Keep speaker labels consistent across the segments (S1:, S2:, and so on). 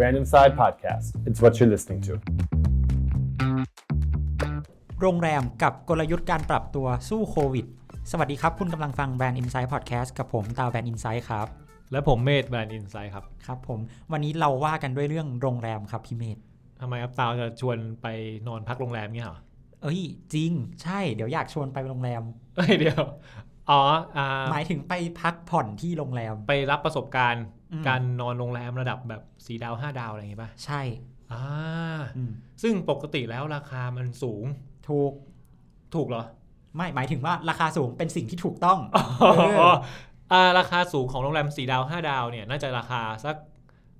S1: Random Side Podcast. It's what you're listening to.
S2: โรงแรมกับกลยุทธ์การปรับตัวสู้โควิด สวัสดีครับ คุณกำลังฟังแบรนด์ Insight Podcast กับผมตาวแบรนด์ Insight ครับ
S3: และผมเมธแบรนด์อินไซด์ครับ
S2: ครับผม วันนี้เราว่ากันด้วยเรื่องโรงแรมครับพี่เมธ
S3: ทำไมอัพตาวจะชวนไปนอนพักโรงแรมเงี้ยเหรอ
S2: เอ้ย จริง ใช่ เดี๋ยวอยากชวนไปโรงแรม
S3: เอ้ยเดี๋ยว อ๋ออ่า
S2: หมายถึงไปพักผ่อนที่โรงแรม
S3: ไปรับประสบการณ์
S2: อืม
S3: การนอนโรงแรมระดับแบบสีดาวห้าดาวอะไรอย่างงี้ป่ะ
S2: ใช่
S3: อ่า
S2: อืม
S3: ซึ่งปกติแล้วราคามันสูง
S2: ถูก
S3: ถูกเหรอ
S2: ไม่หมายถึงว่าราคาสูงเป็นสิ่งที่ถูกต้องเอ
S3: อ๋อ
S2: อ
S3: อ่าราคาสูงของโรงแรมสีดาวห้าดาวเนี่ยน่าจะราคาสัก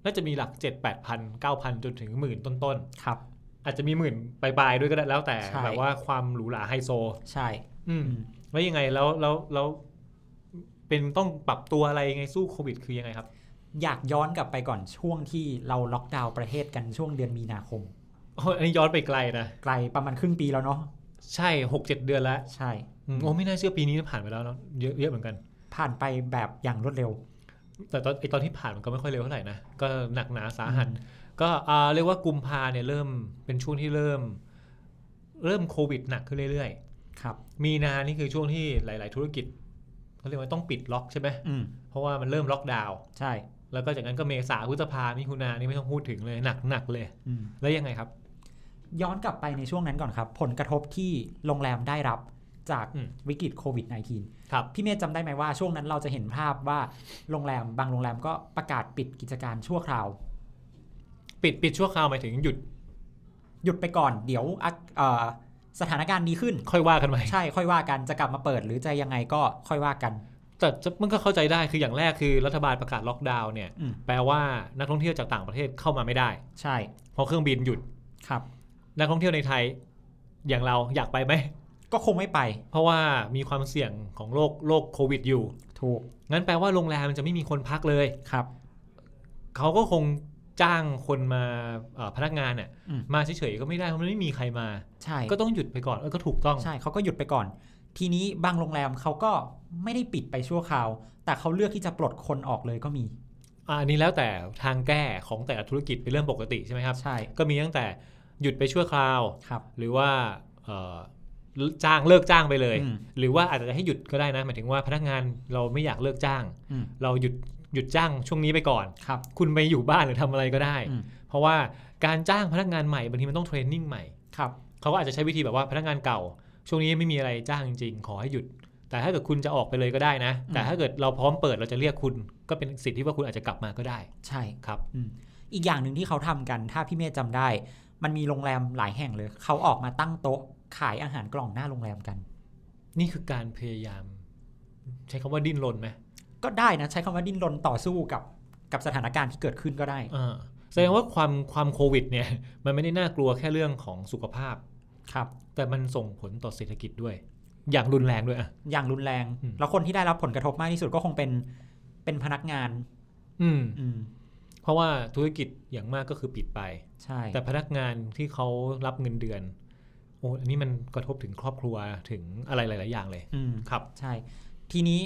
S3: น่าจะมีหลัก7 8 0 0 0 9,000 จนถึงหมื่นต้น
S2: ครับ
S3: ๆ อาจจะมีหมื่นปลายๆด้วยก็ได้แล้วแต่
S2: ใช่
S3: แบบว่าความหรูหราไฮโซ
S2: ใช่
S3: อืม
S2: อืม
S3: แล้วยังไงแล้วแล้วแล้วเป็นต้องปรับตัวอะไรยังไงสู้โควิดคือยังไงครับ
S2: อยากย้อนกลับไปก่อนช่วงที่เราล็อกดาวน์ประเทศกันช่วงเดือนมีนาคม
S3: โอ้ยอันนี้ย้อนไปไกลนะ
S2: ไกลประมาณครึ่งปีแล้วเนาะ
S3: ใช่หกเจ็ดเดือนแล้ว
S2: ใช่
S3: อืมโอ้ไม่น่าเชื่อปีนี้ผ่านไปแล้วเนาะเยอะเยอะเหมือนกัน
S2: ผ่านไปแบบอย่างรวดเร็ว
S3: แต่ตอนไอตอนที่ผ่านมันก็ไม่ค่อยเร็วเท่าไหร่นะ ก็หนักหนาสาหัส ก็อ่าเรียกว่ากุมภาเนี่ยเริ่มเป็นช่วงที่เริ่ม เริ่มโควิดหนักขึ้นเรื่อย
S2: ครับ
S3: ๆ มีนานี่คือช่วงที่หลาย ๆ ธุรกิจเขาเรียกว่าต้องปิดล็อกใช่ไหม
S2: อืม
S3: เพราะว่ามันเริ่มล็อกดาวน์
S2: ใช่
S3: แล้วก็จากนั้นก็เมษาพฤษภามิถุนานี่ไม่ต้องพูดถึงเลยหนักหนักๆเลย
S2: อืม
S3: แล้วยังไงครับ
S2: ย้อนกลับไปในช่วงนั้นก่อนครับ ผลกระทบที่โรงแรมได้รับจาก
S3: อืม
S2: วิกฤตโควิด -19
S3: ครับ
S2: พี่เมย์จำได้ไหมว่าช่วงนั้นเราจะเห็นภาพว่าโรงแรมบางโรงแรมก็ประกาศปิดกิจการชั่วคราว
S3: ปิดปิดชั่วคราวหมายถึงหยุด
S2: หยุดไปก่อนเดี๋ยวอ่ะเอ่อสถานการณ์ดีขึ้น
S3: ค่อยว่ากันใหม่
S2: ใช่ค่อยว่ากันจะกลับมาเปิดหรือจะยังไงก็ค่อยว่ากัน
S3: แต่จะมันก็เข้าใจได้คืออย่างแรกคือรัฐบาลประกาศล็อกดาวน์เนี่ย
S2: อืม
S3: แปลว่านักท่องเที่ยวจากต่างประเทศเข้ามาไม่ได้
S2: ใช่
S3: เพราะเครื่องบินหยุด
S2: ครับ
S3: นักท่องเที่ยวในไทย อย่างเราอยากไปไหม
S2: ก็คงไม่ไป
S3: เพราะว่ามีความเสี่ยงของโรคโรคโควิดอยู่
S2: ถูก
S3: งั้นแปลว่าโรงแรมจะไม่มีคนพักเลย
S2: ครับ
S3: เขาก็คงจ้างคนมาเอ่อพนักงานเนี่ย
S2: อืม
S3: มาเฉยๆก็ไม่ได้เพราะมันไม่มีใครมา
S2: ใช่
S3: ก็ต้องหยุดไปก่อนเออก็ถูกต้อง
S2: ใช่เขาก็หยุดไปก่อน ทีนี้บางโรงแรมเขาก็ไม่ได้ปิดไปชั่วคราว แต่เขาเลือกที่จะปลดคนออกเลยก็มี
S3: อ่ะอันนี้แล้วแต่ทางแก้ของแต่ละธุรกิจเป็นเรื่องปกติใช่ไหมครับ
S2: ใช่
S3: ก็มีตั้งแต่หยุดไปชั่วคราว
S2: ครับ
S3: หรือว่าเอ่อจ้างเลิกจ้างไปเลย
S2: อืม
S3: หรือว่าอาจจะให้หยุดก็ได้นะหมายถึงว่าพนักงานเราไม่อยากเลิกจ้าง
S2: อืม
S3: เราหยุดหยุดจ้างช่วงนี้ไปก่อน
S2: ครับ
S3: คุณไปอยู่บ้านหรือทำอะไรก็ได้
S2: อืม
S3: เพราะว่าการจ้างพนักงานใหม่บางทีมันต้องเทรนนิ่งใหม่
S2: ครับ
S3: เขาก็อาจจะใช้วิธีแบบว่าพนักงานเก่า ช่วงนี้ไม่มีอะไรจ้างจริงๆขอให้หยุด แต่ถ้าเกิดคุณจะออกไปเลยก็ได้นะ แต่ถ้าเกิดเราพร้อมเปิดเราจะเรียกคุณ ก็เป็นสิทธิ์ที่ว่าคุณอาจจะกลับมาก็ได้
S2: ใช่
S3: ครับ
S2: อืมอีกอย่างหนึ่งที่เขาทำกัน ถ้าพี่เมฆจำได้ มันมีโรงแรมหลายแห่งเลย เขาออกมาตั้งโต๊ะขายอาหารกล่องหน้าโรงแรมกัน
S3: นี่คือการพยายาม ใช้คำว่าดิ้นรนไหม
S2: ก็ได้นะ ใช้คำว่าดิ้นรนต่อสู้กับกับสถานการณ์ที่เกิดขึ้นก็ได้
S3: อ่าแสดงว่าความความโควิดเนี่ย มันไม่ได้น่ากลัวแค่เรื่องของสุขภาพ
S2: ครับ
S3: แต่มันส่งผลต่อเศรษฐกิจด้วย อย่างรุนแรงด้วยอ่ะ
S2: อย่างรุนแรง
S3: อืม
S2: แล้วคนที่ได้รับผลกระทบมากที่สุดก็คงเป็นเป็นพนักงาน
S3: อืม
S2: อืม
S3: เพราะว่าธุรกิจอย่างมากก็คือปิดไป
S2: ใช่
S3: แต่พนักงานที่เขารับเงินเดือน โอ้อันนี้มันกระทบถึงครอบครัวถึงอะไรหลาย ๆ อย่างเลย
S2: อืม
S3: ครับ
S2: ใช่ ทีนี้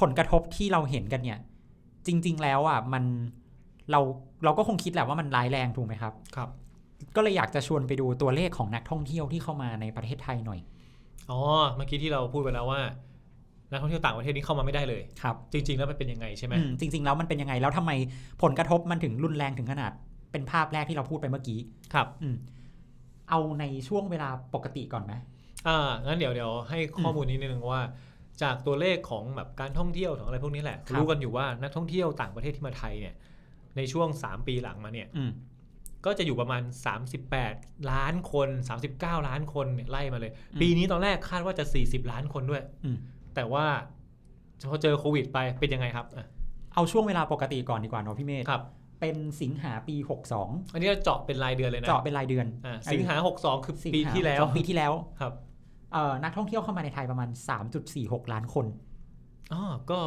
S2: ผลกระทบที่เราเห็นกันเนี่ย จริง ๆ แล้วอ่ะมันเราเราก็คงคิดแหละว่ามันร้ายแรงถูกไหมครับ
S3: ครับ
S2: ก็เลยอยากจะชวนไปดูตัวเลขของนักท่องเที่ยวที่เข้ามาในประเทศไทยหน่อย
S3: อ๋อ เมื่อกี้ที่เราพูดไปแล้วว่า นักท่องเที่ยวต่างประเทศนี่เข้ามาไม่ได้เลย
S2: ครับ
S3: จริง ๆ แล้วมันเป็นยังไงใช่ไหม
S2: อืมจริง ๆ แล้วมันเป็นยังไงแล้วทำไมผลกระทบมันถึงรุนแรงถึงขนาด เป็นภาพแรกที่เราพูดไปเมื่อกี้
S3: ครับ
S2: อืม เอาในช่วงเวลาปกติก่อนไหม
S3: อ่างั้นเดี๋ยวเดี๋ยวให้ข้อมูลนิดนึงว่า จากตัวเลขของแบบการท่องเที่ยวของอะไรพวกนี้แหละ
S2: ครับ
S3: รู้กันอยู่ว่านักท่องเที่ยวต่างประเทศที่มาไทยเนี่ย ในช่วง 3 ปีหลังมาเนี่ย
S2: อืม
S3: ก็จะอยู่ประมาณ 38 ล้านคน 39 ล้านคนเนี่ยไล่มาเลย
S2: อืม
S3: ปีนี้ตอนแรกคาดว่าจะ 40 ล้านคนด้วย
S2: อืม
S3: แต่ว่าพอเจอโควิดไปเป็นยังไงครับอ่ะ
S2: เอาช่วงเวลาปกติก่อนดีกว่าเนาะพี่เมธ
S3: ครับ
S2: เป็นสิงหาปี
S3: อันนี้เราเจาะเป็นรายเดือนเลย
S2: 62
S3: นะ
S2: เจาะเป็นรายเดือน
S3: อ่ะสิงหา 62 คือ
S2: สิงหา
S3: ปีที่แล้ว
S2: สองปีที่แล้ว
S3: ครับ
S2: เอ่อนักท่องเที่ยวเข้ามาในไทยประมาณ 3.46 ล้านคน
S3: อ๋อก็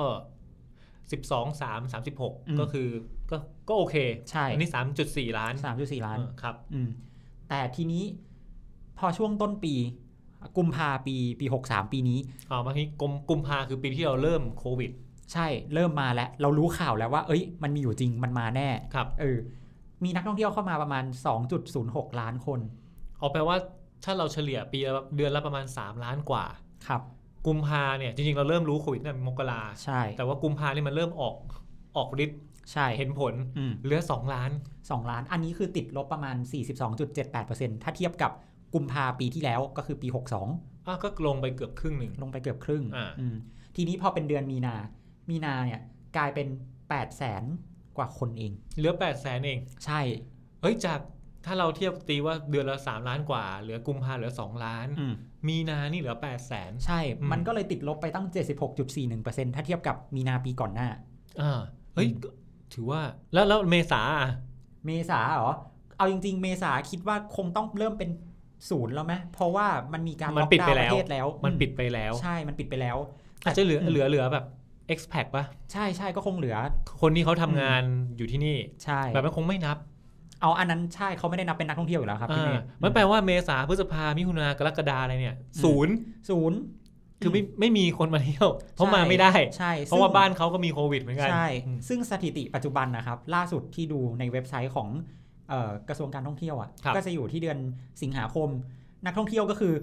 S3: 12 3
S2: อืม
S3: 36 ก็คือก็ก็โอเค
S2: ใช่
S3: อันนี้ 3.4 ล้าน
S2: 3.4 ล้าน
S3: เออครับ
S2: อืมแต่ทีนี้พอช่วงต้นปี กุมภาปีปีหกสามปีนี้
S3: อ๋อเมื่อกี้กุมกุมภาคือปีที่เราเริ่มโควิด
S2: ใช่เริ่มมาแล้ว เรารู้ข่าวแล้วว่า เอ้ย มันมีอยู่จริงมันมาแน่
S3: ครับ
S2: เออมีนักท่องเที่ยวเข้ามาประมาณ 2.06 ล้านคน
S3: เอาแปลว่าถ้าเราเฉลี่ยปีละเดือนละประมาณ 3 ล้านกว่า
S2: ครับ กุ
S3: กุ
S2: ม
S3: มภาเนี่ยจริงๆเราเริ่มรู้โควิดตั้งแต่มกรา
S2: ใช่
S3: แต่ว่ากุมภาเนี่ยมันเริ่มออกออกฤทธิ์
S2: ใช่
S3: เห็นผล
S2: อืม
S3: เหลือ 2 ล้าน
S2: สองล้าน อันนี้คือติดลบประมาณ 42.78%ถ้าเทียบกับกุมภาปีที่แล้วก็คือปี
S3: อ้าวก็ลงไปเกือบครึ่งหนึ่ง
S2: 62 ลงไปเกือบครึ่ง
S3: อ่า
S2: อืมทีนี้พอเป็นเดือนมีนา มีนาเนี่ยกลายเป็น 8 0 0 0 0 0 กว่าคนเอง
S3: เหลือ8ปดแสนเอง
S2: ใช่
S3: เฮ้ยจากถ้าเราเทียบตีว่าเดือนละ 3 ล้านกว่า เหลือกุมภาเหลือ 2 ล้าน
S2: อืม
S3: มีนานี่เหลือ8ปดแสน
S2: ใช่
S3: อืม
S2: มันก็เลยติดลบไปตั้ง 76.41%ถ้าเทียบกับมีนาปีก่อนหน้า
S3: อ่าเฮ้ยก็ถือว่าแล้วแล้วเมษาอ่ะ
S2: เมษาเหรอ เอาจริง ๆ เมษาคิดว่าคงต้องเริ่มเป็นศูนย์แล้วไหมเพราะว่ามันมีการ
S3: มัน
S2: ล็อก
S3: ปิด
S2: ดาว
S3: ไป
S2: น์ป
S3: แล้ว
S2: ระเทศแล้ว
S3: มัน
S2: อื
S3: ปิดไปแล้ว
S2: ใช่ มันปิดไปแล้ว
S3: อาจจะเหลือ
S2: อืม
S3: เหลือเหลือแบบ e x p a t ป่ะ
S2: ใช่ใช่ก็คงเหลือ
S3: คนที่เขาทำ
S2: อืม
S3: งานอยู่ที่นี่
S2: ใช่
S3: แบบมันคงไม่นับ
S2: เอาอันนั้นใช่เขาไม่ได้นับเป็นนักท่องเที่ยวอยู่แล้วครับพี่เม
S3: อ่า
S2: ย์
S3: มันแปลว่าเมษาพฤษภามิถุนากรกฎาอะไรเนี่ยศูนย์
S2: ศูนย์
S3: คือไม่ไม่มีคนมาเที่ยว เพราะ
S2: ใช่
S3: มาไม่ได้
S2: ใช่
S3: เพราะว่า
S2: ซึ่ง
S3: บ้านเขาก็มีโควิดเหมือนกัน
S2: ใช่
S3: อืม
S2: ซึ่งสถิติปัจจุบันนะครับ ล่าสุดที่ดูในเว็บไซต์ของเอ่อกระทรวงการท่องเที่ยวอ่ะก็จะอยู่ที่เดือนสิงหาคม นักท่องเที่ยวก็คือ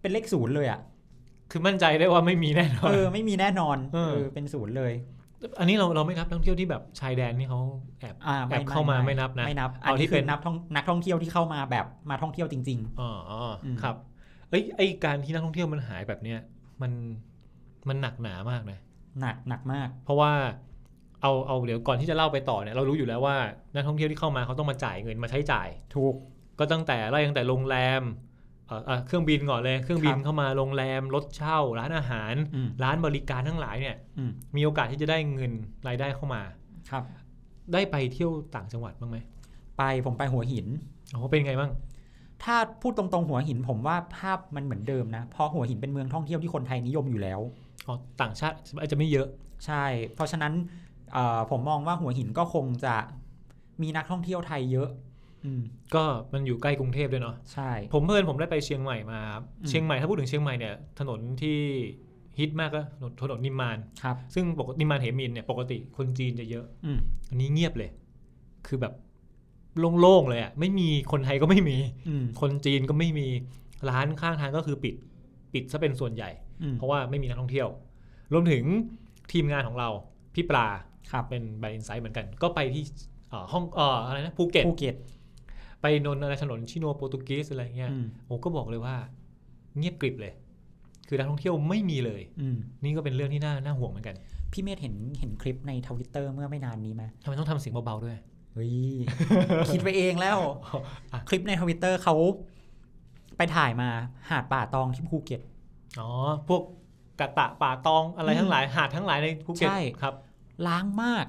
S2: เป็นเลขศูนย์เลย อ่ะ
S3: คือมั่นใจได้ว่าไม่มีแน่นอน
S2: เออไม่มีแน่นอน
S3: เออ
S2: เออเป็นศูนย์เลย
S3: อันนี้เราเราไม่นับนักท่องเที่ยวที่แบบชายแดนนี่เขาแอบ
S2: อ่า
S3: แอบเข้ามาไม่นับนะ
S2: ไม่นับ
S3: เอา
S2: อันนี้
S3: ที่
S2: คื
S3: เป็
S2: อน นับท่องนักท่องเที่ยวที่เข้ามาแบบมาท่องเที่ยวจริง
S3: อ๋ออ
S2: ม
S3: ครับ เอ้ยไอการที่นักท่องเที่ยวมันหายแบบเนี้ยมันมันหนักหนามากนะ
S2: ๆ หนักหนักมาก
S3: เพราะว่าเอาเอาเดี๋ยวก่อนที่จะเล่าไปต่อเนี่ยเรารู้อยู่แล้วว่านักท่องเที่ยวที่เข้ามาเขาต้องมาจ่ายเงินมาใช้จ่าย
S2: ถูก
S3: ก็ตั้งแต่ไล่ตั้งแต่โรงแรมเอ่อเอ่อเครื่องบินก่อนเลยเครื่องบิน
S2: ครับ
S3: เข้ามาโรงแรมรถเช่า ร้านอาหาร
S2: อืม
S3: ร้านบริการทั้งหลายเนี่ย
S2: อืม
S3: มีโอกาสที่จะได้เงินรายได้เข้ามา
S2: ครับ
S3: ได้ไปเที่ยวต่างจังหวัดบ้างไหม
S2: ไปผมไปหัวหิน
S3: โอ้โหเป็นไงบ้าง
S2: ถ้าพูดตรงๆหัวหินผมว่าภาพมันเหมือนเดิมนะ เพราะหัวหินเป็นเมืองท่องเที่ยวที่คนไทยนิยมอยู่แล้ว
S3: อ๋อต่างชาติอาจจะไม่เยอะ
S2: ใช่ เพราะฉะนั้นเอ่อผมมองว่าหัวหินก็คงจะมีนักท่องเที่ยวไทยเยอะ อืม
S3: ก็มันอยู่ใกล้กรุงเทพด้วยเนาะ
S2: ใช่
S3: ผมเพื่อนผมได้ไปเชียงใหม่มาครับ
S2: อืม
S3: เชียงใหม่ถ้าพูดถึงเชียงใหม่เนี่ยถนนที่ฮิตมากก็ถนนถนนนิมมาน
S2: ครับ
S3: ซึ่งปกตินิมมานเหมินเนี่ยปกติคนจีนจะเยอะ
S2: อืม
S3: อันนี้เงียบเลย คือแบบโล่งๆเลยอะ่ะไม่มีคนไทยก็ไม่มี
S2: อืม
S3: คนจีนก็ไม่มีร้านข้างทางก็คือปิด ปิดซะเป็นส่วนใหญ่
S2: อืม
S3: เพราะว่าไม่มีนักท่องเที่ยว รวมถึงทีมงานของเราพี่ปลา
S2: ครับ
S3: เป็นบริษัทเหมือนกัน ก็ไปที่เอ่อห้องเอ่ออะไรนะภูเก็ต
S2: ภูเก็ต
S3: ไปนนท์อะไรถนนชิโนโปรตุเกสอะไรเงี้ย
S2: อืม
S3: ผมก็บอกเลยว่า เงียบกริบเลย คือนักท่องเที่ยวไม่มีเลย
S2: อืม
S3: นี่ก็เป็นเรื่องที่น่าน่าห่วงเหมือนกัน
S2: พี่เมธเห็นเห็นคลิปในทวิตเตอร์เมื่อไม่นานนี้ไหม
S3: ทำไมต้องทำเสียงเบาๆด้วย
S2: เฮ้ย คิดไปเองแล้ว
S3: อ่ะ
S2: คลิปในทวิตเตอร์เขาไปถ่ายมาหาดป่าตองที่ภูเก็ต
S3: อ๋อ พวกกะตะป่าตองอะไรทั้งหลาย หาดทั้งหลายในภูเก็ต
S2: ใช่
S3: ครับ
S2: ล้างมาก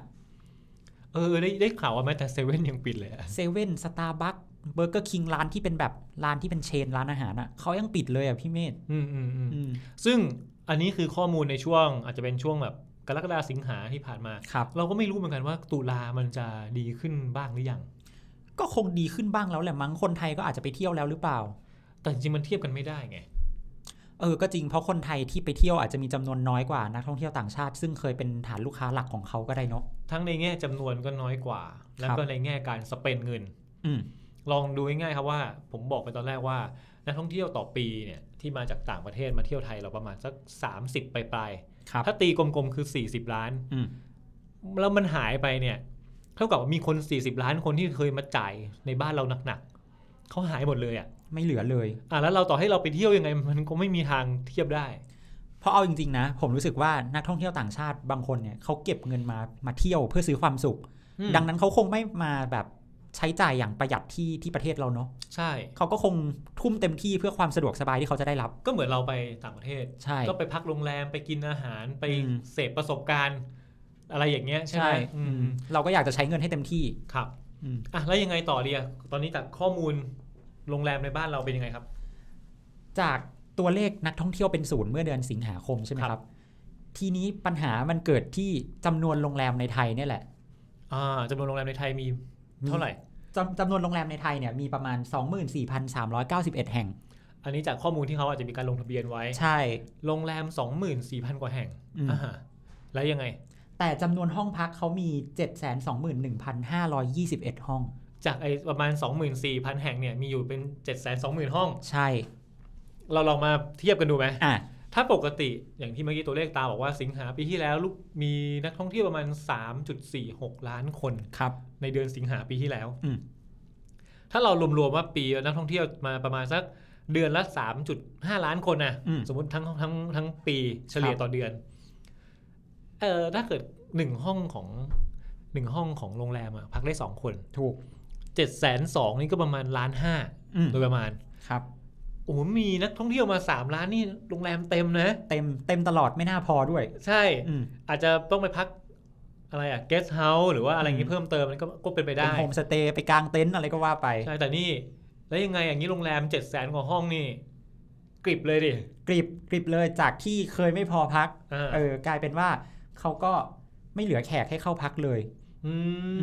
S3: เออได้ได้ข่าวว่าแม้แต่เซเว่นยังปิดเลยอะ
S2: เซเว่นสตาร์บัคเบอร์เกอร์คิงร้านที่เป็นแบบร้านที่เป็นเชนร้านอาหารอ่ะเขายังปิดเลยอ่ะพี่เมธ
S3: อืมอืมอืม
S2: อืม
S3: ซึ่งอันนี้คือข้อมูลในช่วง อาจจะเป็นช่วงแบบกรกฎาสิงหาที่ผ่านมา
S2: ครับ
S3: เราก็ไม่รู้เหมือนกันว่าตุลามันจะดีขึ้นบ้างหรือยัง
S2: ก็คงดีขึ้นบ้างแล้วแหละมั้งคนไทยก็อาจจะไปเที่ยวแล้วหรือเปล่า
S3: แต่จริงๆมันเทียบกันไม่ได้ไง
S2: เออ ก็จริงเพราะคนไทยที่ไปเที่ยวอาจจะมีจำนวนน้อยกว่านักท่องเที่ยวต่างชาติ ซึ่งเคยเป็นฐานลูกค้าหลักของเขาก็ได้เนอะ
S3: ทั้งในแง่จำนวนก็น้อยกว่า แล้ว
S2: ครับ
S3: ก็ในแง่การสเปนเงิน
S2: อืม
S3: ลองดูง่ายๆครับว่าผมบอกไปตอนแรกว่า นักท่องเที่ยวต่อปีเนี่ยที่มาจากต่างประเทศมาเที่ยวไทยเราประมาณสัก 30 ไปปลายๆ
S2: ครับ
S3: ถ้าตีกลมๆคือ 40 ล้าน
S2: อืม
S3: แล้วมันหายไปเนี่ยเท่ากับว่ามีคน 40 ล้านคนที่เคยมาจ่ายในบ้านเราหนักๆเขาหายหมดเลยอะ
S2: ไม่เหลือเลย
S3: อ่ะแล้วเราต่อให้เราไปเที่ยวยังไง มันก็ไม่มีทางเทียบได้
S2: เพราะเอาจริงๆนะ ผมรู้สึกว่านักท่องเที่ยวต่างชาติบางคนเนี่ยเขาเก็บเงินมามาเที่ยวเพื่อซื้อความสุข
S3: อืม
S2: ดังนั้นเขาคงไม่มาแบบใช้จ่ายอย่างประหยัดที่ที่ประเทศเราเนาะ
S3: ใช่
S2: เขาก็คงทุ่มเต็มที่เพื่อความสะดวกสบายที่เขาจะได้รับ
S3: ก็เหมือนเราไปต่างประเทศ
S2: ใช่
S3: ก็ไปพักโรงแรมไปกินอาหารไป
S2: อืม
S3: เสพประสบการณ์ อะไรอย่างเงี้ยใช่ไหมอืม
S2: เราก็อยากจะใช้เงินให้เต็มที่
S3: ครับ
S2: อืม
S3: อ่ะแล้วยังไงต่อดีอ่ะตอนนี้จากข้อมูลโรงแรมในบ้านเราเป็นยังไงครับ
S2: จากตัวเลขนักท่องเที่ยวเป็นศูนย์เมื่อเดือนสิงหาคมใช่ไหม
S3: ครับ
S2: ครับ ทีนี้ปัญหามันเกิดที่จำนวนโรงแรมในไทยเนี่ยแหละ
S3: อ่าจำนวนโรงแรมในไทยมีเท่าไหร่
S2: จำจำนวนโรงแรมในไทยเนี่ยมีประมาณ 24,391 แห่ง
S3: อันนี้จากข้อมูลที่เขาอาจจะมีการลงทะเบียนไว้
S2: ใช่
S3: โรงแรม 24,000 กว่าแห่ง
S2: อืม
S3: อ่าฮะแล้วยังไง
S2: แต่จำนวนห้องพักเขามี 721,521 ห้อง
S3: จากไอประมาณ 24,000 แห่งเนี่ยมีอยู่เป็น 720,000 ห้อง
S2: ใช่
S3: เราลองมาเทียบกันดูไหม
S2: อ่ะ
S3: ถ้าปกติอย่างที่เมื่อกี้ตัวเลขตาบอกว่าสิงหาปีที่แล้วลูกมีนักท่องเที่ยวประมาณ 3.46 ล้านคน
S2: ครับ
S3: ในเดือนสิงหาปีที่แล้ว
S2: อืม
S3: ถ้าเรารวมๆว่าปีนักท่องเที่ยวมาประมาณสักเดือนละ 3.5 ล้านคนนะ
S2: อืม
S3: สมมติทั้งทั้งทั้งปีเฉลี่ยต่อเดือน เออถ้าเกิดหนึ่งห้องของหนึ่งห้องของโรงแรมอะพักได้สองคน
S2: ถูก
S3: เจ็ดแสนสองนี่ก็ประมาณล้านห้า
S2: อืม
S3: โดยประมาณ
S2: ครับ
S3: โอ้โหมีนักท่องเที่ยวมาสามล้านนี่โรงแรมเต็มนะ
S2: เต็ม เต็มตลอดไม่น่าพอด้วย
S3: ใช่
S2: อืม
S3: อาจจะต้องไปพักอะไรอะเกสเฮาส์หรือว่าอะไรอย่าง
S2: อื
S3: นี้
S2: ม
S3: เพิ่มเติมมันก็ก็เป็นไป
S2: เป็
S3: ได้
S2: นโฮมสเตย์ไปกางเต็นท์อะไรก็ว่าไป
S3: ใช่แต่นี่ แล้วยังไงอย่างนี้โรงแรมเจ็ดแสนกว่าห้องนี่กริบเลยดิ
S2: กริบกริบเลยจากที่เคยไม่พอพัก
S3: อ่า
S2: เออ กลายเป็นว่าเขาก็ไม่เหลือแขกให้เข้าพักเลย
S3: ม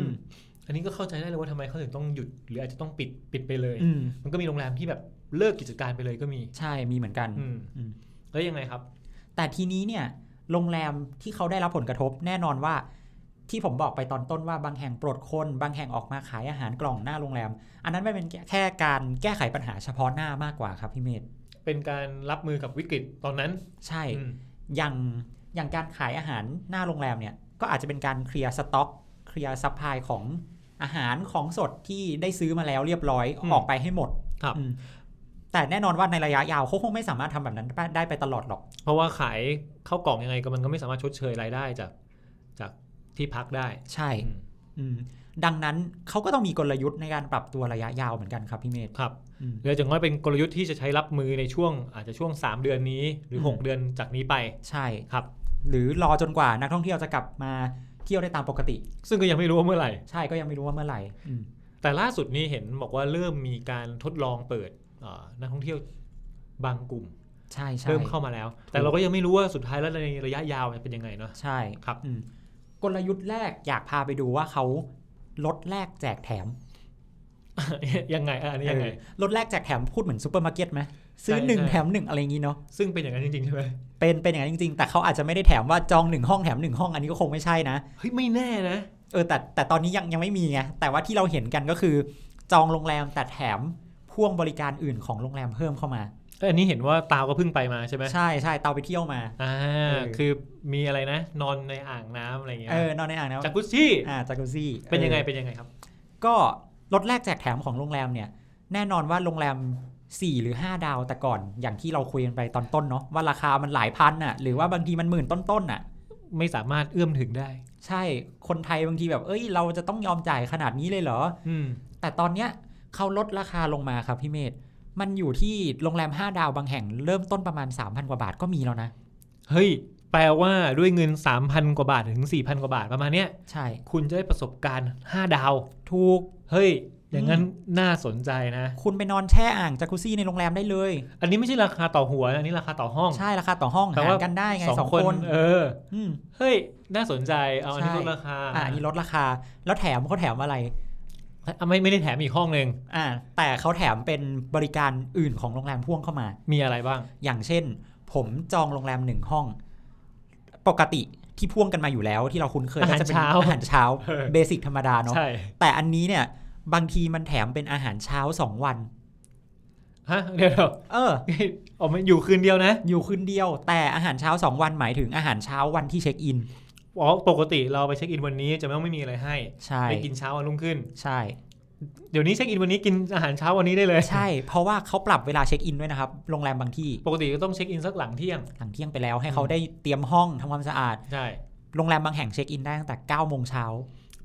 S3: อันนี้ก็เข้าใจได้เลยว่าทำไมเขาถึงต้องหยุด หรืออาจจะต้องปิดปิดไปเลย
S2: อืม
S3: มันก็มีโรงแรมที่แบบเลิกกิจการไปเลยก็มี
S2: ใช่ มีเหมือนกัน
S3: อืม
S2: อืม
S3: แล้วยังไงครับ
S2: แต่ทีนี้เนี่ยโรงแรมที่เขาได้รับผลกระทบแน่นอนว่า ที่ผมบอกไปตอนต้นว่าบางแห่งปลดคนบางแห่งออกมาขายอาหารกล่องหน้าโรงแรม อันนั้นไม่เป็นแค่แค่การแก้ไขปัญหาเฉพาะหน้ามากกว่าครับพี่เมธ
S3: เป็นการรับมือกับวิกฤตตอนนั้น
S2: ใช่
S3: อืม
S2: อย่างอย่างการขายอาหารหน้าโรงแรมเนี่ยก็อาจจะเป็นการเคลียร์สต็อกเคลียร์ซัพพลายของอาหารของสดที่ได้ซื้อมาแล้วเรียบร้อยออกไปให้หมด
S3: ครับ
S2: อืมแต่แน่นอนว่าในระยะยาวเขาคงไม่สามารถทำแบบนั้นได้ไปตลอดหรอก
S3: เพราะว่าขายข้าวกล่องยังไงก็มันก็ไม่สามารถชดเชยรายได้จากจากที่พักได้
S2: ใช่
S3: อืม
S2: อืมดังนั้นเขาก็ต้องมีกลยุทธ์ในการปรับตัวระยะยาวเหมือนกันครับพี่เมธ
S3: ครับ
S2: อืม
S3: หรืออย่างน้อยเป็นกลยุทธ์ที่จะใช้รับมือในช่วง อาจจะช่วง 3 เดือนนี้ หรือ 6 เดือนจากนี้ไป
S2: ใช่
S3: ครับ
S2: หรือรอจนกว่านักท่องเที่ยวจะกลับมาเที่ยวได้ตามปกติ
S3: ซึ่งก็ยังไม่รู้ว่าเมื่อไหร่
S2: ใช่ก็ยังไม่รู้ว่าเมื่อไหร่อืม
S3: แต่ล่าสุดนี้เห็นบอกว่าเริ่มมีการทดลองเปิดเอ่อนักท่องเที่ยวบางกลุ่ม
S2: ใช่ใช่
S3: เริ่มเข้ามาแล้ว แต่เราก็ยังไม่รู้ว่าสุดท้ายแล้วในระยะยาวมันเป็นยังไงเนาะ
S2: ใช่
S3: ครับ
S2: อืมกลยุทธ์แรกอยากพาไปดูว่าเขาลดแลกแจกแถม
S3: ยังไงอ่ะอันนี้ยังไง
S2: เออลดแลกแจกแถมพูดเหมือนซูเปอร์มาร์เก็ตไหมซื้อ
S3: ใช่
S2: หนึ่ง
S3: ใช่
S2: แถมหนึ่งอะไรอย่างนี้เนาะ
S3: ซึ่งเป็นอย่างนั้นจริงๆใช่ไหม
S2: เป็นเป็นอย่างนั้นจริงๆ แต่เขาอาจจะไม่ได้แถมว่าจองหนึ่งห้องแถมหนึ่งห้องอันนี้ก็คงไม่ใช่นะ
S3: เฮ้ยไม่แน่นะ
S2: เออแต่แต่ตอนนี้ยังยังไม่มีไงแต่ว่าที่เราเห็นกันก็คือ จองโรงแรมแต่แถมพ่วงบริการอื่นของโรงแรมเพิ่มเข้ามา
S3: เอ้ยอันนี้เห็นว่าตาวก็เพิ่งไปมาใช่ไหม
S2: ใช่ใช่เตาไปเที่ยวมา
S3: อ่า
S2: เออ
S3: คือมีอะไรนะ นอนในอ่างน้ำอะไรอย่างเงี้ย
S2: เออนอนในอ่างน้
S3: จากกุชชี่
S2: ำอ่าจากุซี่
S3: เป็นยังไง
S2: ออ
S3: เป็นยังไงครับ
S2: ก็ลดแรกแจกแถมของโรงแรมเนี่ย แน่นอนว่าโรงแรม 4 หรือ 5 ดาวแต่ก่อนอย่างที่เราคุยกันไปตอนต้นเนาะว่าราคามันหลายพันน่ะหรือว่าบางทีมันหมื่นต้นๆน่ะ
S3: ไม่สามารถเอื้อมถึงได้
S2: ใช่คนไทยบางทีแบบเอ้ยเราจะต้องยอมจ่ายขนาดนี้เลยเหรอ
S3: อืม
S2: แต่ตอนเนี้ยเขาลดราคาลงมาครับพี่เมธ มันอยู่ที่โรงแรม 5 ดาวบางแห่งเริ่มต้นประมาณ 3,000 กว่าบาทก็มีแล้วนะ
S3: เฮ้ยแปลว่าด้วยเงิน 3,000 กว่าบาทถึง 4,000 กว่าบาทประมาณเนี้ย
S2: ใช่
S3: คุณจะได้ประสบการณ์ห้าดาว
S2: ถูก
S3: เฮ้ย อย่างนั้นน่าสนใจนะ
S2: คุณไปนอนแช่อ่างจากุซซี่ในโรงแรมได้เลย
S3: อันนี้ไม่ใช่ราคาต่อหัวนะอันนี้ราคาต่อห้อง
S2: ใช่ราคาต่อห้อง
S3: แต่
S2: หา
S3: ว่า
S2: รกันได้ไงสองคน
S3: เออ
S2: อืม
S3: เฮ้ย น่าสนใจ เอาอันนี้
S2: ใช่
S3: ลดราคา
S2: อ่าอันนี้ลดราคา แล้วแถมเขาแถมอะไร
S3: อ่ะไม่ไม่ได้แถมอีกห้องหนึ่ง
S2: อ่า แต่เขาแถมเป็นบริการอื่นของโรงแรมพ่วงเข้ามา
S3: มีอะไรบ้าง
S2: อย่างเช่น ผมจองโรงแรมหนึ่งห้อง ปกติที่พ่วงกันมาอยู่แล้วที่เราคุ้นเคย
S3: อาหาร
S2: จะป็น
S3: เช้า
S2: อาหารเช้า
S3: เออ
S2: เบสิกธรรมดาเนาะ
S3: ใช่
S2: แต่อันนี้เนี่ยบางทีมันแถมเป็นอาหารเช้าสองวัน
S3: ฮะ เดี๋ยวเดี๋ยว
S2: เออ
S3: ออกมาอยู่คืนเดียวนะ
S2: อยู่คืนเดียว แต่อาหารเช้าสองวันหมายถึงอาหารเช้าวันที่เช็คอิน
S3: อ๋อ ปกติเราไปเช็คอินวันนี้จะไม่ต้องไม่มีอะไรให้
S2: ใช่
S3: ไปกินเช้าวันรุ่งขึ้น
S2: ใช่
S3: เดี๋ยวนี้เช็คอินวันนี้กินอาหารเช้าวันนี้ได้เลย
S2: ใช่ เพราะว่าเขาปรับเวลาเช็คอินด้วยนะครับ โรงแรมบางที่
S3: ปกติก็ต้องเช็คอินสักหลังเที่ยง
S2: หลังเที่ยงไปแล้วให้เขาได้เตรียมห้องทำความสะอาด
S3: ใช่
S2: โรงแรมบางแห่งเช็คอินได้ตั้งแต่9ก้าโมงเช้า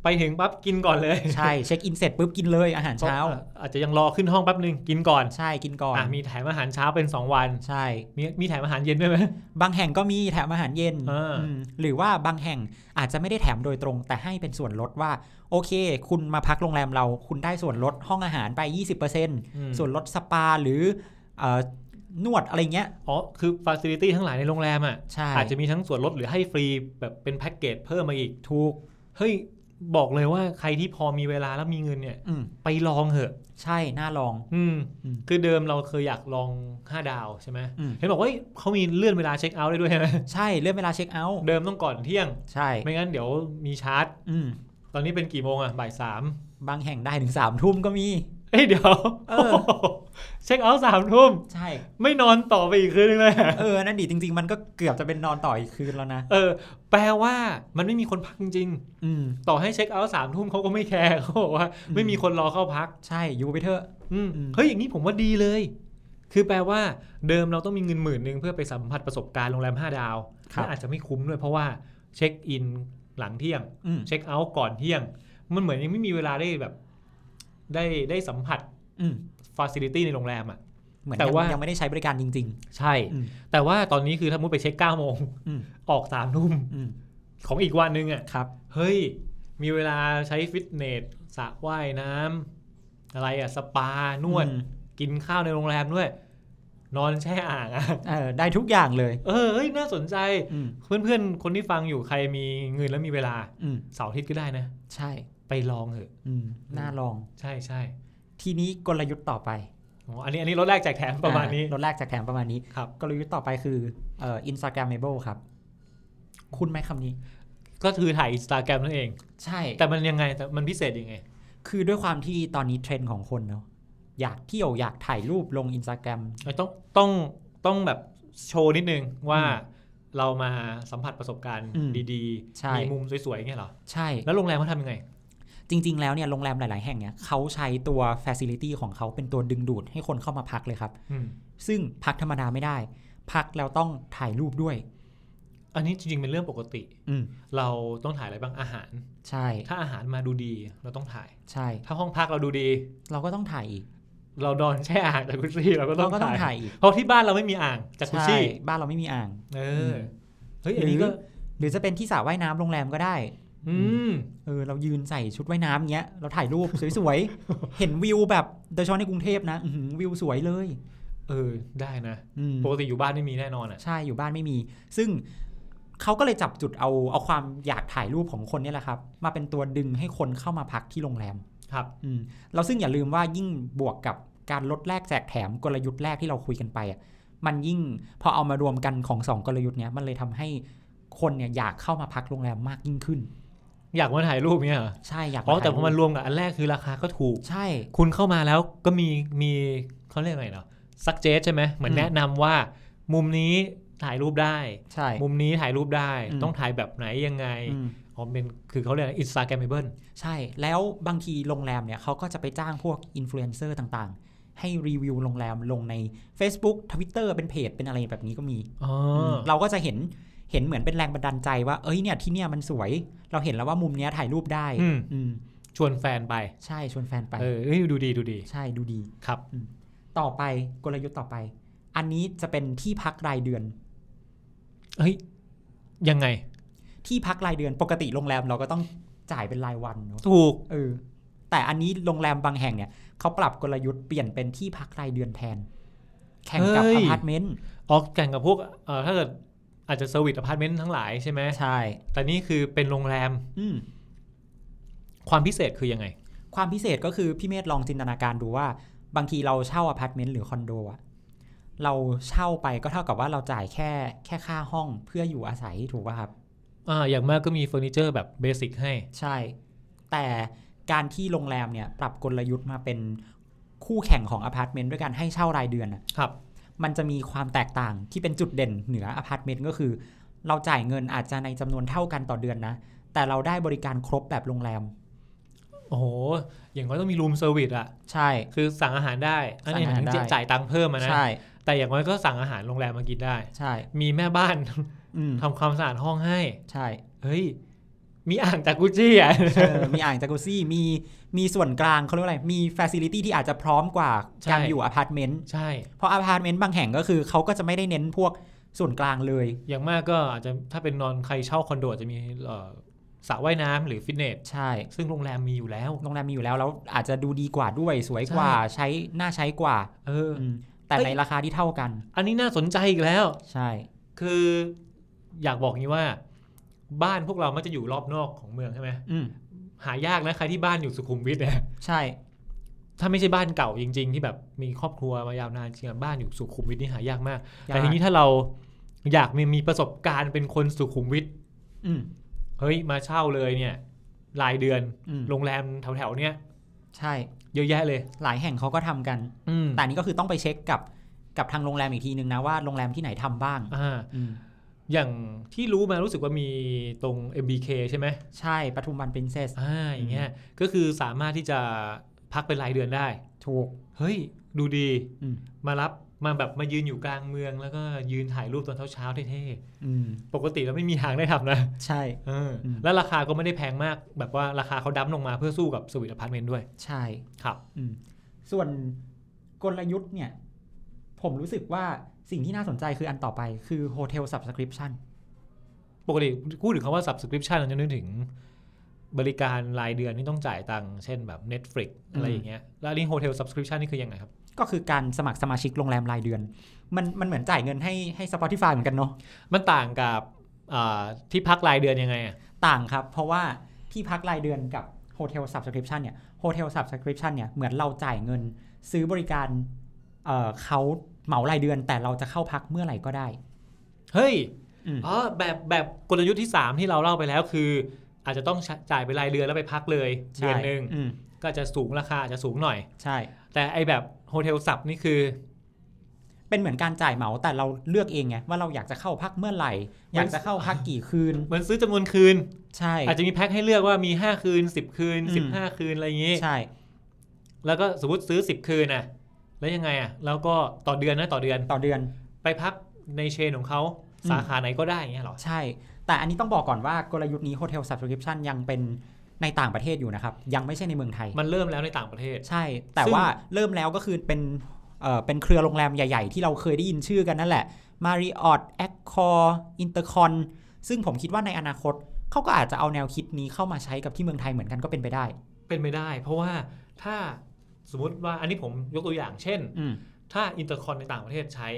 S3: ไปถึงปั๊บกินก่อนเลย
S2: ใช่เช็คอินเสร็จปุ๊บกินเลยอาหารเช้า
S3: อ่ะอาจจะยังรอขึ้นห้องแป๊บหนึ่งกินก่อน
S2: ใช่กินก่อน
S3: อ่ะมีแถมอาหารเช้าเป็นสองวัน
S2: ใช่
S3: มีมีแถมอาหารเย็นด้วยไหม
S2: บางแห่งก็มีแถมอาหารเย็น
S3: อ่า
S2: อืมหรือว่าบางแห่งอาจจะไม่ได้แถมโดยตรง แต่ให้เป็นส่วนลดว่า โอเค คุณมาพักโรงแรมเราคุณได้ส่วนลดห้องอาหารไป 20%
S3: อืม
S2: ส่วนลดสปาหรือเออนวดอะไรเงี้ย
S3: อ๋อ คือฟ a ซิลิตี้ทั้งหลายในโรงแรมอ่ะ
S2: ใช่
S3: อาจจะมีทั้งส่วนลดหรือให้ฟรีแบบเป็นแพ็กเกจเพิ่มมาอีก
S2: ถูก
S3: เฮ้ย บอกเลยว่าใครที่พอมีเวลาแล้วมีเงินเนี่ย
S2: อืม
S3: ไปลองเถอะ
S2: ใช่น่าลอง
S3: อืม
S2: อืม
S3: คือเดิมเราเคยอยากลอง 5 ดาวใช่ไหม
S2: อืม
S3: เห็นบอกว่าเฮ้ยเขามีเลื่อนเวลาเช็คเอาท์ได้ด้วยใช่ไหม
S2: ใช่เลื่อนเวลาเช็คเอาท์
S3: เดิมต้องก่อนเที่ยง
S2: ใช่
S3: ไม่งั้นเดี๋ยวมีชาร์จ
S2: อืม
S3: ตอนนี้เป็นกี่โมงอะบ่ายสาม
S2: บางแห่งได้ถึงสามทุ่มก็มี
S3: เอ้ยเดี๋ยว
S2: เออ
S3: เช็คเอาท์สามทุ่ม
S2: ใช่
S3: ไม่นอนต่อไปอีกคืนนึงเลยอะ
S2: เออ นั่นดิจริง ๆ มันก็เกือบจะเป็นนอนต่ออีกคืนแล้วนะ
S3: เออ แปลว่ามันไม่มีคนพักจริง
S2: อืม
S3: ๆต่อให้เช็คเอาท์สามทุ่มเขาก็ไม่แคร์เขาบอกว่า
S2: อืม
S3: ไม่มีคนรอเข้าพัก
S2: ใช่ อยู่ไปเถอะ
S3: อืม
S2: อืม
S3: เฮ้ยอย่างนี้ผมว่าดีเลย คือแปลว่าเดิมเราต้องมีเงินหมื่นหนึ่งเพื่อไปสัมผัสประสบการณ์โรงแรม 5 ดาวมันอาจจะไม่คุ้มด้วยเพราะว่าเช็คอินหลังเที่ยง
S2: อืม
S3: เช็คเอาท์ก่อนเที่ยง มันเหมือนยังไม่มีเวลาได้แบบ ได้ได้สัมผัส
S2: อืม
S3: ฟ a ซิลิตี้ในโรงแรมอ่ะ
S2: เหมือน
S3: แต่
S2: ยัง
S3: ว่ายั
S2: ยังไม่ได้ใช้บริการจริง
S3: ใช่
S2: ๆ อืม
S3: แต่ว่าตอนนี้คือถ้ามุดไปเช็ค9โมง
S2: อืม
S3: ออก3ทุ่ม
S2: อืม
S3: ของอีกวันหนึงอ่ะ
S2: ครับ
S3: เฮ้ย มีเวลาใช้ฟิตเนสสระว่ายน้ำอะไรอ่ะ สปานวด
S2: อืม
S3: กินข้าวในโรงแรมด้วย นอนแช่อ่างอ่ะ
S2: เออได้ทุกอย่างเลย
S3: เออเฮ้ย น่าสนใจ
S2: อืม
S3: เพื่อนๆ คนที่ฟังอยู่ใครมีเงินแล้วมีเวลา
S2: อืม
S3: เสาร์อาทิตย์ก็ได้นะ
S2: ใช่
S3: ไปลองเถอะ
S2: อืมน่าลอง
S3: ใช่ใช่
S2: ทีนี้กลยุทธ์ต่อไป
S3: อ๋ออันนี้อันนี้รถแรกแจกแถมประมาณนี้
S2: อ่รถแรกจากแถมประมาณนี้
S3: ครับ
S2: กลยุทธ์ต่อไปคือเอ่ออินสตาแกรมเมเบิลครับ คุณไหมคำนี้
S3: ก็คือถ่ายอินสตาแกรมนั่นเอง
S2: ใช่
S3: แต่มันยังไงแต่มันพิเศษยังไง
S2: คือด้วยความที่ตอนนี้เทรนด์ของคนเนาะอยากเที่ยวอยากถ่ายรูปลงอินสตาแกรม
S3: เอ้ยต้องต้องต้องแบบโชว์นิดนึงว่าเรามาสัมผัสประสบการณ์
S2: อืม
S3: ดี
S2: ใช่
S3: ๆ มีมุมสวยๆอย่างเงี้ยเหรอ
S2: ใช่
S3: แล้วโรงแรมเขาทำยังไง
S2: จริง ๆ แล้วเนี่ยโรงแรมหลาย ๆ แห่งเนี่ยเขาใช้ตัว Facility ของเขาเป็นตัวดึงดูดให้คนเข้ามาพักเลยครับ
S3: อืม
S2: ซึ่งพักธรรมดาไม่ได้ พักแล้วต้องถ่ายรูปด้วย
S3: อันนี้จริงๆเป็นเรื่องปกติ
S2: อืม
S3: เราต้องถ่ายอะไรบ้างอาหาร
S2: ใช่
S3: ถ้าอาหารมาดูดีเราต้องถ่าย
S2: ใช่
S3: ถ้าห้องพักเราดูดี
S2: เราก็ต้องถ่ายอีก
S3: เรานอนแช่อ่างจากุชี่เราก็ต้
S2: เรา
S3: อง
S2: ก็ต้อง
S3: ถ่าย
S2: ถ่ายอีก
S3: เพราะที่บ้านเราไม่มีอ่างจากุ
S2: ใช่
S3: ชี่
S2: บ้านเราไม่มีอ่าง
S3: เอ
S2: ม
S3: อเฮ้ยอันนี้ก็
S2: หรือ หรือจะเป็นที่สระว่ายน้ำโรงแรมก็ได้
S3: อืม
S2: เออเรายืนใส่ชุดว่ายน้ำเงี้ยเราถ่ายรูป สวยๆเห็นวิวแบบโดยเฉพาะในกรุงเทพนะอื้อหือวิวสวยเลย
S3: เออได้นะ
S2: อืม
S3: ปกติอยู่บ้านไม่มีแน่นอนอ่ะ
S2: ใช่อยู่บ้านไม่มี ซึ่งเขาก็เลยจับจุดเอาเอาความอยากถ่ายรูปของคนเนี่ยแหละครับ มาเป็นตัวดึงให้คนเข้ามาพักที่โรงแรม
S3: ครับ
S2: อืมเราซึ่งอย่าลืมว่ายิ่งบวกกับการลดแลกแจกแถมกลยุทธ์แรกที่เราคุยกันไปอ่ะมันยิ่งพอเอามารวมกันของสองกลยุทธ์เนี้ยมันเลยทำให้คนเนี่ยอยากเข้ามาพักโรงแรมมากยิ่งขึ้น
S3: อยากมาถ่ายรูปเนี่ยเหรอ
S2: ใช่อยาก
S3: อ๋อแต่พอมัน
S2: ถ่ายรูป
S3: รวมกับอันแรกคือราคาก็ถูก
S2: ใช่
S3: คุณเข้ามาแล้วก็มีมีเขาเรียกอะไรเนาะซักเจสใช่ไหมเหมือน
S2: อืม
S3: แนะนำว่า มุมนี้ถ่ายรูปได้
S2: ใช่
S3: มุมนี้ถ่ายรูปได้
S2: อืม
S3: ต้องถ่ายแบบไหนยังไง
S2: อืม
S3: อ๋อเป็นคือเขาเรียกอินสตาแกรมเบิล
S2: ใช่ แล้วบางทีโรงแรมเนี่ยเขาก็จะไปจ้างพวกอินฟลูเอนเซอร์ต่างๆ ให้รีวิวโรงแรมลงใน Facebook Twitter เป็นเพจเป็นอะไรแบบนี้ก็มี
S3: อ๋อ
S2: มเราก็จะเห็นเห็นเหมือนเป็นแรงบันดาลใจว่า เอ้ยเนี่ยที่เนี่ยมันสวย เราเห็นแล้วว่ามุมเนี้ยถ่ายรูปได้
S3: อืม
S2: อืม
S3: ชวนแฟนไป
S2: ใช่ชวนแฟนไป
S3: เออเอ้ยดูดีดูดี
S2: ใช่ดูดี
S3: ครับ
S2: ต่อไปกลยุทธ์ต่อไป อันนี้จะเป็นที่พักรายเดือน
S3: เฮ้ยยังไง
S2: ที่พักรายเดือนปกติโรงแรมเราก็ต้องจ่ายเป็นรายวันเนอะ
S3: ถูก
S2: เออแต่อันนี้โรงแรมบางแห่งเนี่ยเขาปรับกลยุทธ์เปลี่ยนเป็นที่พักรายเดือนแทน แข่งกับอพาร์ตเมนต์
S3: ออกแข่งกับพวกเอ่อถ้าเกิดอาจจะเซอร์วิสอพาร์ตเมนต์ทั้งหลายใช่ไหม
S2: ใช่
S3: แต่นี่คือเป็นโรงแรม
S2: อืม
S3: ความพิเศษคือยังไง
S2: ความพิเศษก็คือพี่เมธลองจินตนาการดูว่า บางทีเราเช่าอพาร์ตเมนต์หรือคอนโดอะเราเช่าไปก็เท่ากับว่าเราจ่ายแค่แค่ค่าห้องเพื่ออยู่อาศัยถูกป่ะครับ
S3: อ่าอย่างมากก็มีเฟอร์นิเจอร์แบบเบสิกให้
S2: ใช่ แต่การที่โรงแรมเนี่ยปรับกลยุทธ์มาเป็นคู่แข่งของอพาร์ตเมนต์ด้วยการให้เช่ารายเดือนอะ
S3: ครับ
S2: มันจะมีความแตกต่างที่เป็นจุดเด่นเหนืออพาร์ตเมนต์ก็คือ เราจ่ายเงินอาจจะในจำนวนเท่ากันต่อเดือนนะ แต่เราได้บริการครบแบบโรงแรม
S3: โอ้โห อย่างน้อยต้องมีรูมเซอร์วิสอะ
S2: ใช่
S3: คือสั่งอาหารได้ อันนี้
S2: สั่งอาหาร
S3: ถึงจะ
S2: ได้
S3: จ่ายตังค์เพิ่มอะนะ
S2: ใช่
S3: แต่อย่างน้อยก็สั่งอาหารโรงแรมมากินได้
S2: ใช่
S3: มีแม่บ้าน
S2: อืม
S3: ทำความสะอาดห้องให้
S2: ใช่
S3: เฮ้ย มีอ่างจากกุชี่อะ
S2: เออมีอ่างจากุซี่มีมีส่วนกลางเขาเรียกว่าอะไร มีฟ a ซิลิตี้ที่อาจจะพร้อมกว่า
S3: ใช่
S2: การอยู่อพาร์ตเมนต์
S3: ใช่
S2: เพราะอพาร์ตเมนต์บางแห่งก็คือเขาก็จะไม่ได้เน้นพวกส่วนกลางเลย
S3: อย่างมากก็อาจจะถ้าเป็นนอนใครเช่าคอนโดอาจจะมีเอ่อสระว่ายน้ำหรือฟิตเนส
S2: ใช่
S3: ซึ่งโรงแรมมีอยู่แล้ว
S2: โรงแรมมีอยู่แล้วแล้วอาจจะดูดีกว่าด้วยสวยกว่าใช้น่าใช้กว่า
S3: เออ
S2: อืมแต่
S3: เอ้ย
S2: ในราคาที่เท่ากัน
S3: อันนี้น่าสนใจอีกแล้ว
S2: ใช่
S3: คืออยากบอกงี้ว่า บ้านพวกเรามักจะอยู่รอบนอกของเมืองใช่ไหม
S2: อืม
S3: หายากนะใครที่บ้านอยู่สุขุมวิทเนี่ย
S2: ใช่
S3: ถ้าไม่ใช่บ้านเก่าจริง ๆ ที่แบบมีครอบครัวมายาวนานจริงอะบ้านอยู่สุขุมวิทนี่หายากมาก แต่ทีนี้ถ้าเราอยากมีมีประสบการณ์เป็นคนสุขุมวิท
S2: อืม
S3: เฮ้ยมาเช่าเลยเนี่ยรายเดือน
S2: อืม
S3: โรงแรมแถวๆเนี้ย
S2: ใช่
S3: เยอะแยะเลย
S2: หลายแห่งเขาก็ทำกัน
S3: อืม
S2: แต่อันนี้ก็คือต้องไปเช็คกับกับทางโรงแรมอีกทีนึงนะว่าโรงแรมที่ไหนทำบ้าง
S3: อ่า
S2: อืม
S3: อย่างที่รู้มารู้สึกว่ามีตรง MBK ใช่ไหม
S2: ใช่ปทุมวันปรินเซส
S3: อ่าอย่างเงี้ยก็คือสามารถที่จะพักเป็นรายเดือนได้
S2: ถูก
S3: เฮ้ย ดูดี
S2: อืม
S3: มารับมาแบบมายืนอยู่กลางเมือง แล้วก็ยืนถ่ายรูปตอนเช้าๆเท่
S2: อืม
S3: ๆปกติเราไม่มีทางได้ทำนะ
S2: ใช่
S3: เอออ
S2: ม
S3: แล้วราคาก็ไม่ได้แพงมาก แบบว่าราคาเขาดั้มลงมาเพื่อสู้กับสวีทอพาร์ตเมนต์ด้วย
S2: ใช่
S3: ครับ
S2: อืมส่วนกลยุทธ์เนี่ย ผมรู้สึกว่าสิ่งที่น่าสนใจคืออันต่อไปคือโฮเทล subscription
S3: ปกติพูดถึงคำว่า subscription เราจะนึกถึง บริการรายเดือนที่ต้องจ่ายตังค์เช่นแบบ Netflix อะไรอย่างเงี้ยแล้วอันนี่โฮเทล subscription นี่คือยังไงครับ
S2: ก็คือการสมัครสมาชิกโรงแรมรายเดือน มันมันเหมือนจ่ายเงินให้ให้ Spotify เหมือนกันเนาะ
S3: มันต่างกับอ่าที่พักรายเดือนยังไงอะ
S2: ต่างครับ เพราะว่าที่พักรายเดือนกับโฮเทล subscription เนี่ยโฮเทล subscription เนี่ยเหมือนเราจ่ายเงินซื้อบริการเอ่อเขาเหมารายเดือน แต่เราจะเข้าพักเมื่อไหร่ก็ได้
S3: เฮ้ย
S2: อืม
S3: อ๋อแบบแบบกลยุทธ์ที่ 3 ที่เราเล่าไปแล้วคือ อาจจะต้องจ่ายไปรายเดือนแล้วไปพักเลยเดือนหนึ่ง
S2: ใช่อืม
S3: ก็จะสูงราคาอาจจะสูงหน่อย
S2: ใช่
S3: แต่ไอแบบโฮเทลสับนี่คือ
S2: เป็นเหมือนการจ่ายเหมาแต่เราเลือกเองไงว่าเราอยากจะเข้าพักเมื่อไหร่ อยากจะเข้าพักกี่คืน
S3: เหมือนซื้อจำนวนคืน
S2: ใช่
S3: อาจจะมีแพ็คให้เลือกว่ามี 5 คืน 10 คืน
S2: อืม
S3: 15 คืน อะไรอย่างงี้
S2: ใช่
S3: แล้วก็สมมติซื้อ 10 คืนน่ะแล้วยังไงอ่ะแล้วก็ต่อเดือนนะต่อเดือน
S2: ต่อเดือน
S3: ไปพักในเชนของเขา
S2: อืม
S3: สาขาไหนก็ได้อย่างเงี้ยเหรอ
S2: ใช่ แต่อันนี้ต้องบอกก่อนว่ากลยุทธ์นี้ Hotel Subscription ยังเป็นในต่างประเทศอยู่นะครับ ยังไม่ใช่ในเมืองไทย
S3: มันเริ่มแล้วในต่างประเทศ
S2: ใช่ แต่
S3: ซึ่ง
S2: ว่าเริ่มแล้วก็คือเป็นเอ่อเป็นเครือโรงแรมใหญ่ ๆ ที่เราเคยได้ยินชื่อกันนั่นแหละ Marriott Accor Intercon ซึ่งผมคิดว่าในอนาคตเขาก็อาจจะเอาแนวคิดนี้เข้ามาใช้กับที่เมืองไทยเหมือนกันก็เป็นไปได้
S3: เป็นไปได้ เพราะว่าถ้าสมมติว่าอันนี้ผมยกตัวอย่างเช่น
S2: อืม
S3: ถ้าอินเตอร์คอนในต่างประเทศใช้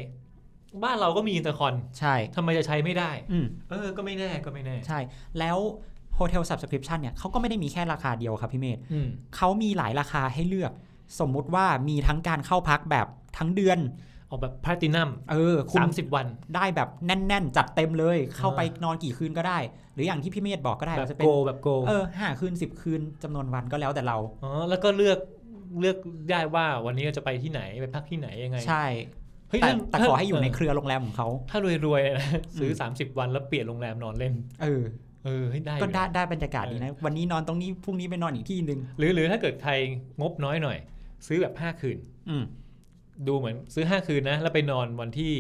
S3: บ้านเราก็มีอินเตอร์คอน
S2: ใช่
S3: ทำไมจะใช้ไม่ได้
S2: อืม
S3: เออ ก็ไม่แน่ก็ไม่แน่
S2: ใช่ แล้วโฮเทล subscription เนี่ยเขาก็ไม่ได้มีแค่ราคาเดียวครับพี่เมธ
S3: อืม
S2: เขามีหลายราคาให้เลือก สมมุติว่ามีทั้งการเข้าพักแบบทั้งเดือน
S3: ออกแบบแพลตินัม
S2: เออ คุณ
S3: สามสิบวัน
S2: ได้แบบแน่น ๆ จัดเต็มเลย เข้าไปนอนกี่คืนก็ได้ หรืออย่างที่พี่เมธบอกก็ได้
S3: แบบ
S2: จะเป็
S3: โก
S2: น
S3: แบบโก
S2: เออห้าคืนสิบคืนจำนวนวันก็แล้วแต่เรา
S3: อ๋อแล้วก็เลือกเลือกได้ว่าวันนี้เราจะไปที่ไหนไปพักที่ไหนยังไง
S2: ใช่
S3: เฮ้ย
S2: แต่
S3: นั่น
S2: แต่
S3: ถ้า
S2: ขอให้อยู่ในเครือโรงแรมของเขา
S3: ถ้ารวยๆนะซื้อ
S2: ม
S3: สามสิบวันแล้วเปลี่ยนโรงแรมนอนเล่น
S2: เออ
S3: เออเฮ้ยได้อยู่
S2: ก็ได้
S3: นะ
S2: ได้บรรยากาศดีนะ วันนี้นอนตรงนี้พรุ่งนี้ไปนอนอีกที่หนึ่ง
S3: หรือหรือถ้าเกิดใครงบน้อยหน่อย ซื้อแบบห้าคืน
S2: อืม
S3: ดูเหมือนซื้อห้าคืนนะ แล้วไปนอนวันที่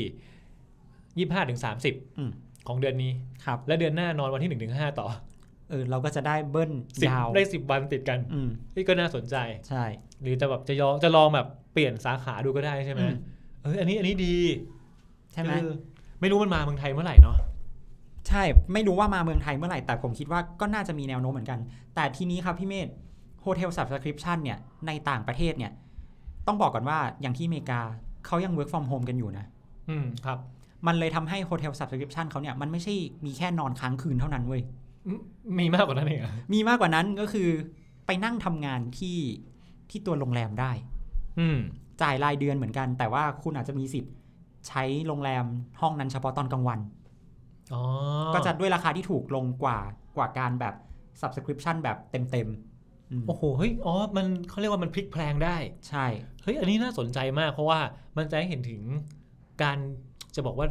S3: ยี่ห้าถึงสามสิบ
S2: อืม
S3: ของเดือนนี้
S2: ครับ
S3: แล้วเดือนหน้านอนวันที่หนึ่งถึงห้าต่อ
S2: เออเราก็จะได้เบิ้ล
S3: สิบ
S2: ยาว
S3: ได้สิบวันติดกัน
S2: อืม
S3: นี่ก็น่าสนใจ
S2: ใช่
S3: หรือจะแบบจะยองจะลองแบบเปลี่ยนสาขาดูก็ได้ใช่ไหม
S2: อืม
S3: เอออันนี้อันนี้ดี
S2: ใช่ไหม
S3: เออไม่รู้มันมาเมืองไทยเมื่อไหร่เนาะ
S2: ใช่ ไม่รู้ว่ามาเมืองไทยเมื่อไหร่ แต่ผมคิดว่าก็น่าจะมีแนวโน้มเหมือนกัน แต่ทีนี้ครับพี่เมธโฮเทล subscription เนี่ย ในต่างประเทศเนี่ย ต้องบอกก่อนว่าอย่างที่อเมริกาเขายัง work from home กันอยู่นะ
S3: อืมครับ
S2: มันเลยทำให้โฮเทล subscription เขาเนี่ย มันไม่ใช่มีแค่นอนค้างคืนเท่านั้นเว้ย
S3: มมีมากกว่านั้นเองเหรอ
S2: มีมากกว่านั้นก็คือไปนั่งทำงานที่ที่ตัวโรงแรมได้
S3: อืม
S2: จ่ายรายเดือนเหมือนกัน แต่ว่าคุณอาจจะมีสิทธิ์ใช้โรงแรมห้องนั้นเฉพาะตอนกลางวัน
S3: อ๋อ
S2: ก็จะด้วยราคาที่ถูกลงกว่ากว่าการแบบ subscription แบบเต็มเต็มๆอืม
S3: โอ้โห เฮ้ย อ๋อ มันเขาเรียกว่ามันพลิกแพลงได้
S2: ใช่
S3: เฮ้ย อันนี้น่าสนใจมาก เพราะว่ามันจะให้เห็นถึงการจะบอกว่า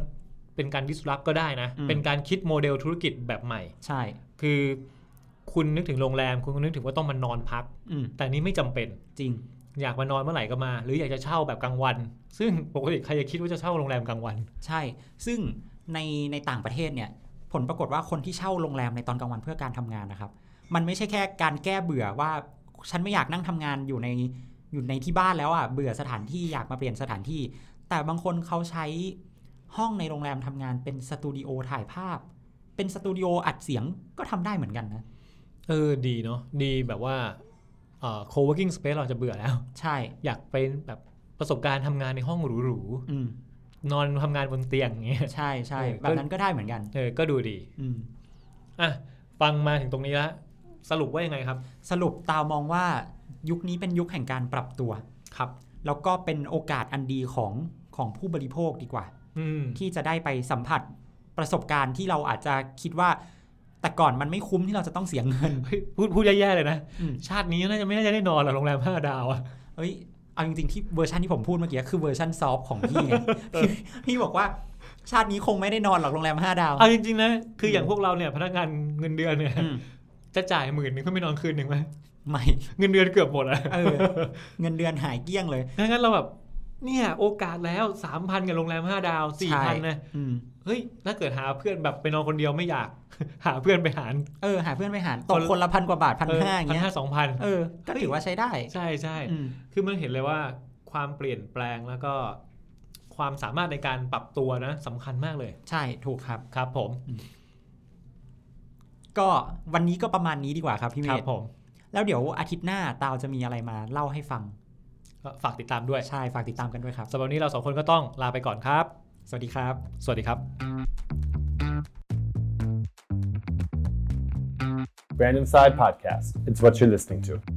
S3: เป็นการ disrupt ก็ได้นะ
S2: อืม
S3: เป็นการคิดโมเดลธุรกิจแบบใหม่
S2: ใช่
S3: คือคุณนึกถึงโรงแรม คุณนึกถึงว่าต้องมานอนพัก
S2: อืม
S3: แต่นี่ไม่จำเป็น
S2: จริง
S3: อยากมานอนเมื่อไหร่ก็มา หรืออยากจะเช่าแบบกลางวัน ซึ่งปกติใครจะคิดว่าจะเช่าโรงแรมกลางวัน
S2: ใช่ ซึ่งในในต่างประเทศเนี่ย ผลปรากฏว่าคนที่เช่าโรงแรมในตอนกลางวันเพื่อการทำงานนะครับ มันไม่ใช่แค่การแก้เบื่อว่าฉันไม่อยากนั่งทำงานอยู่ในอยู่ในที่บ้านแล้วอ่ะเบื่อสถานที่อยากมาเปลี่ยนสถานที่ แต่บางคนเขาใช้ห้องในโรงแรมทำงานเป็นสตูดิโอถ่ายภาพ เป็นสตูดิโออัดเสียงก็ทำได้เหมือนกันนะ
S3: เออ ดีเนาะ ดีแบบว่าเอ่อ co-working space เราจะเบื่อแล้ว
S2: ใช่
S3: อยากไปแบบประสบการณ์ทำงานในห้องหรูๆ
S2: อืม
S3: นอนทำงานบนเตียงอย่างเงี้ย
S2: ใช่ใช่
S3: เออก็
S2: แบบนั้นก็ได้เหมือนกัน
S3: เออ ก็ดูดี
S2: อืม
S3: อ่ะฟังมาถึงตรงนี้ละ สรุปว่ายังไงครับ
S2: สรุปตามองว่ายุคนี้เป็นยุคแห่งการปรับตัว
S3: ครับ
S2: แล้วก็เป็นโอกาสอันดีของของผู้บริโภคดีกว่า
S3: อืม
S2: ที่จะได้ไปสัมผัสประสบการณ์ที่เราอาจจะคิดว่า แต่ก่อนมันไม่คุ้มที่เราจะต้องเสียเงิน
S3: เฮ้ยพูดพูดแย่ๆเลยนะ
S2: อืม
S3: ชาตินี้น่าจะไม่น่าจะได้นอนหรอกโรงแรมห้าดาวอะ
S2: เอ้ยเอาจริงๆที่เวอร์ชันที่ผมพูดเมื่อกี้คือเวอร์ชันซอฟต์ของพี่ไง พี่พี่บอกว่าชาตินี้คงไม่ได้นอนหรอกโรงแรมห้าดาว
S3: เอาจริงๆนะ คืออย่างพวกเราเนี่ยพนักงานเงินเดือนเนี่ย
S2: อืม
S3: จะจ่ายหมื่นหนึ่งเพื่อไปนอนคืนหนึ่งไหม
S2: ไม่
S3: เงินเดือนเกือบหมดอะ
S2: เออ เงินเดือนหายเกลี้ยงเลย
S3: งั้นเราแบบเนี่ยโอกาสแล้วสามพันกับโรงแรมห้าดาวสี่
S2: ใช่
S3: พันนะ
S2: อืม
S3: เฮ้ยถ้าเกิดหาเพื่อนแบบไปนอนคนเดียวไม่อยาก หาเพื่อนไปหาร
S2: เออ หาเพื่อนไปหารต
S3: ค
S2: ก
S3: น
S2: คนละพันกว่าบาทพันห้าอย่าง
S3: พัน
S2: เงี้ย
S3: ห้าสองพัน
S2: เออ ก็ถือว่าใช้ได้
S3: ใช่ใช่
S2: อืม
S3: คือมันเห็นเลยว่าความเปลี่ยนแปลงแล้วก็ ความสามารถในการปรับตัวนะสำคัญมากเลย
S2: ใช่ถูกครับ
S3: ครับ ผม
S2: ก็วันนี้ก็ประมาณนี้ดีกว่าครับพี่เม
S3: ครั
S2: ธ
S3: บผม
S2: แล้วเดี๋ยวอาทิตย์หน้าตาวจะมีอะไรมาเล่าให้ฟัง
S3: ก็ฝากติดตามด้วย
S2: ใช่ฝากติดตามกันด้วยครับ
S3: สำหรับวันนี้เราสองคนก็ต้องลาไปก่อนครับ
S2: สวัสดีครับ
S3: สวัสดีครับ
S1: Brand Inside Podcast. It's what you're listening to.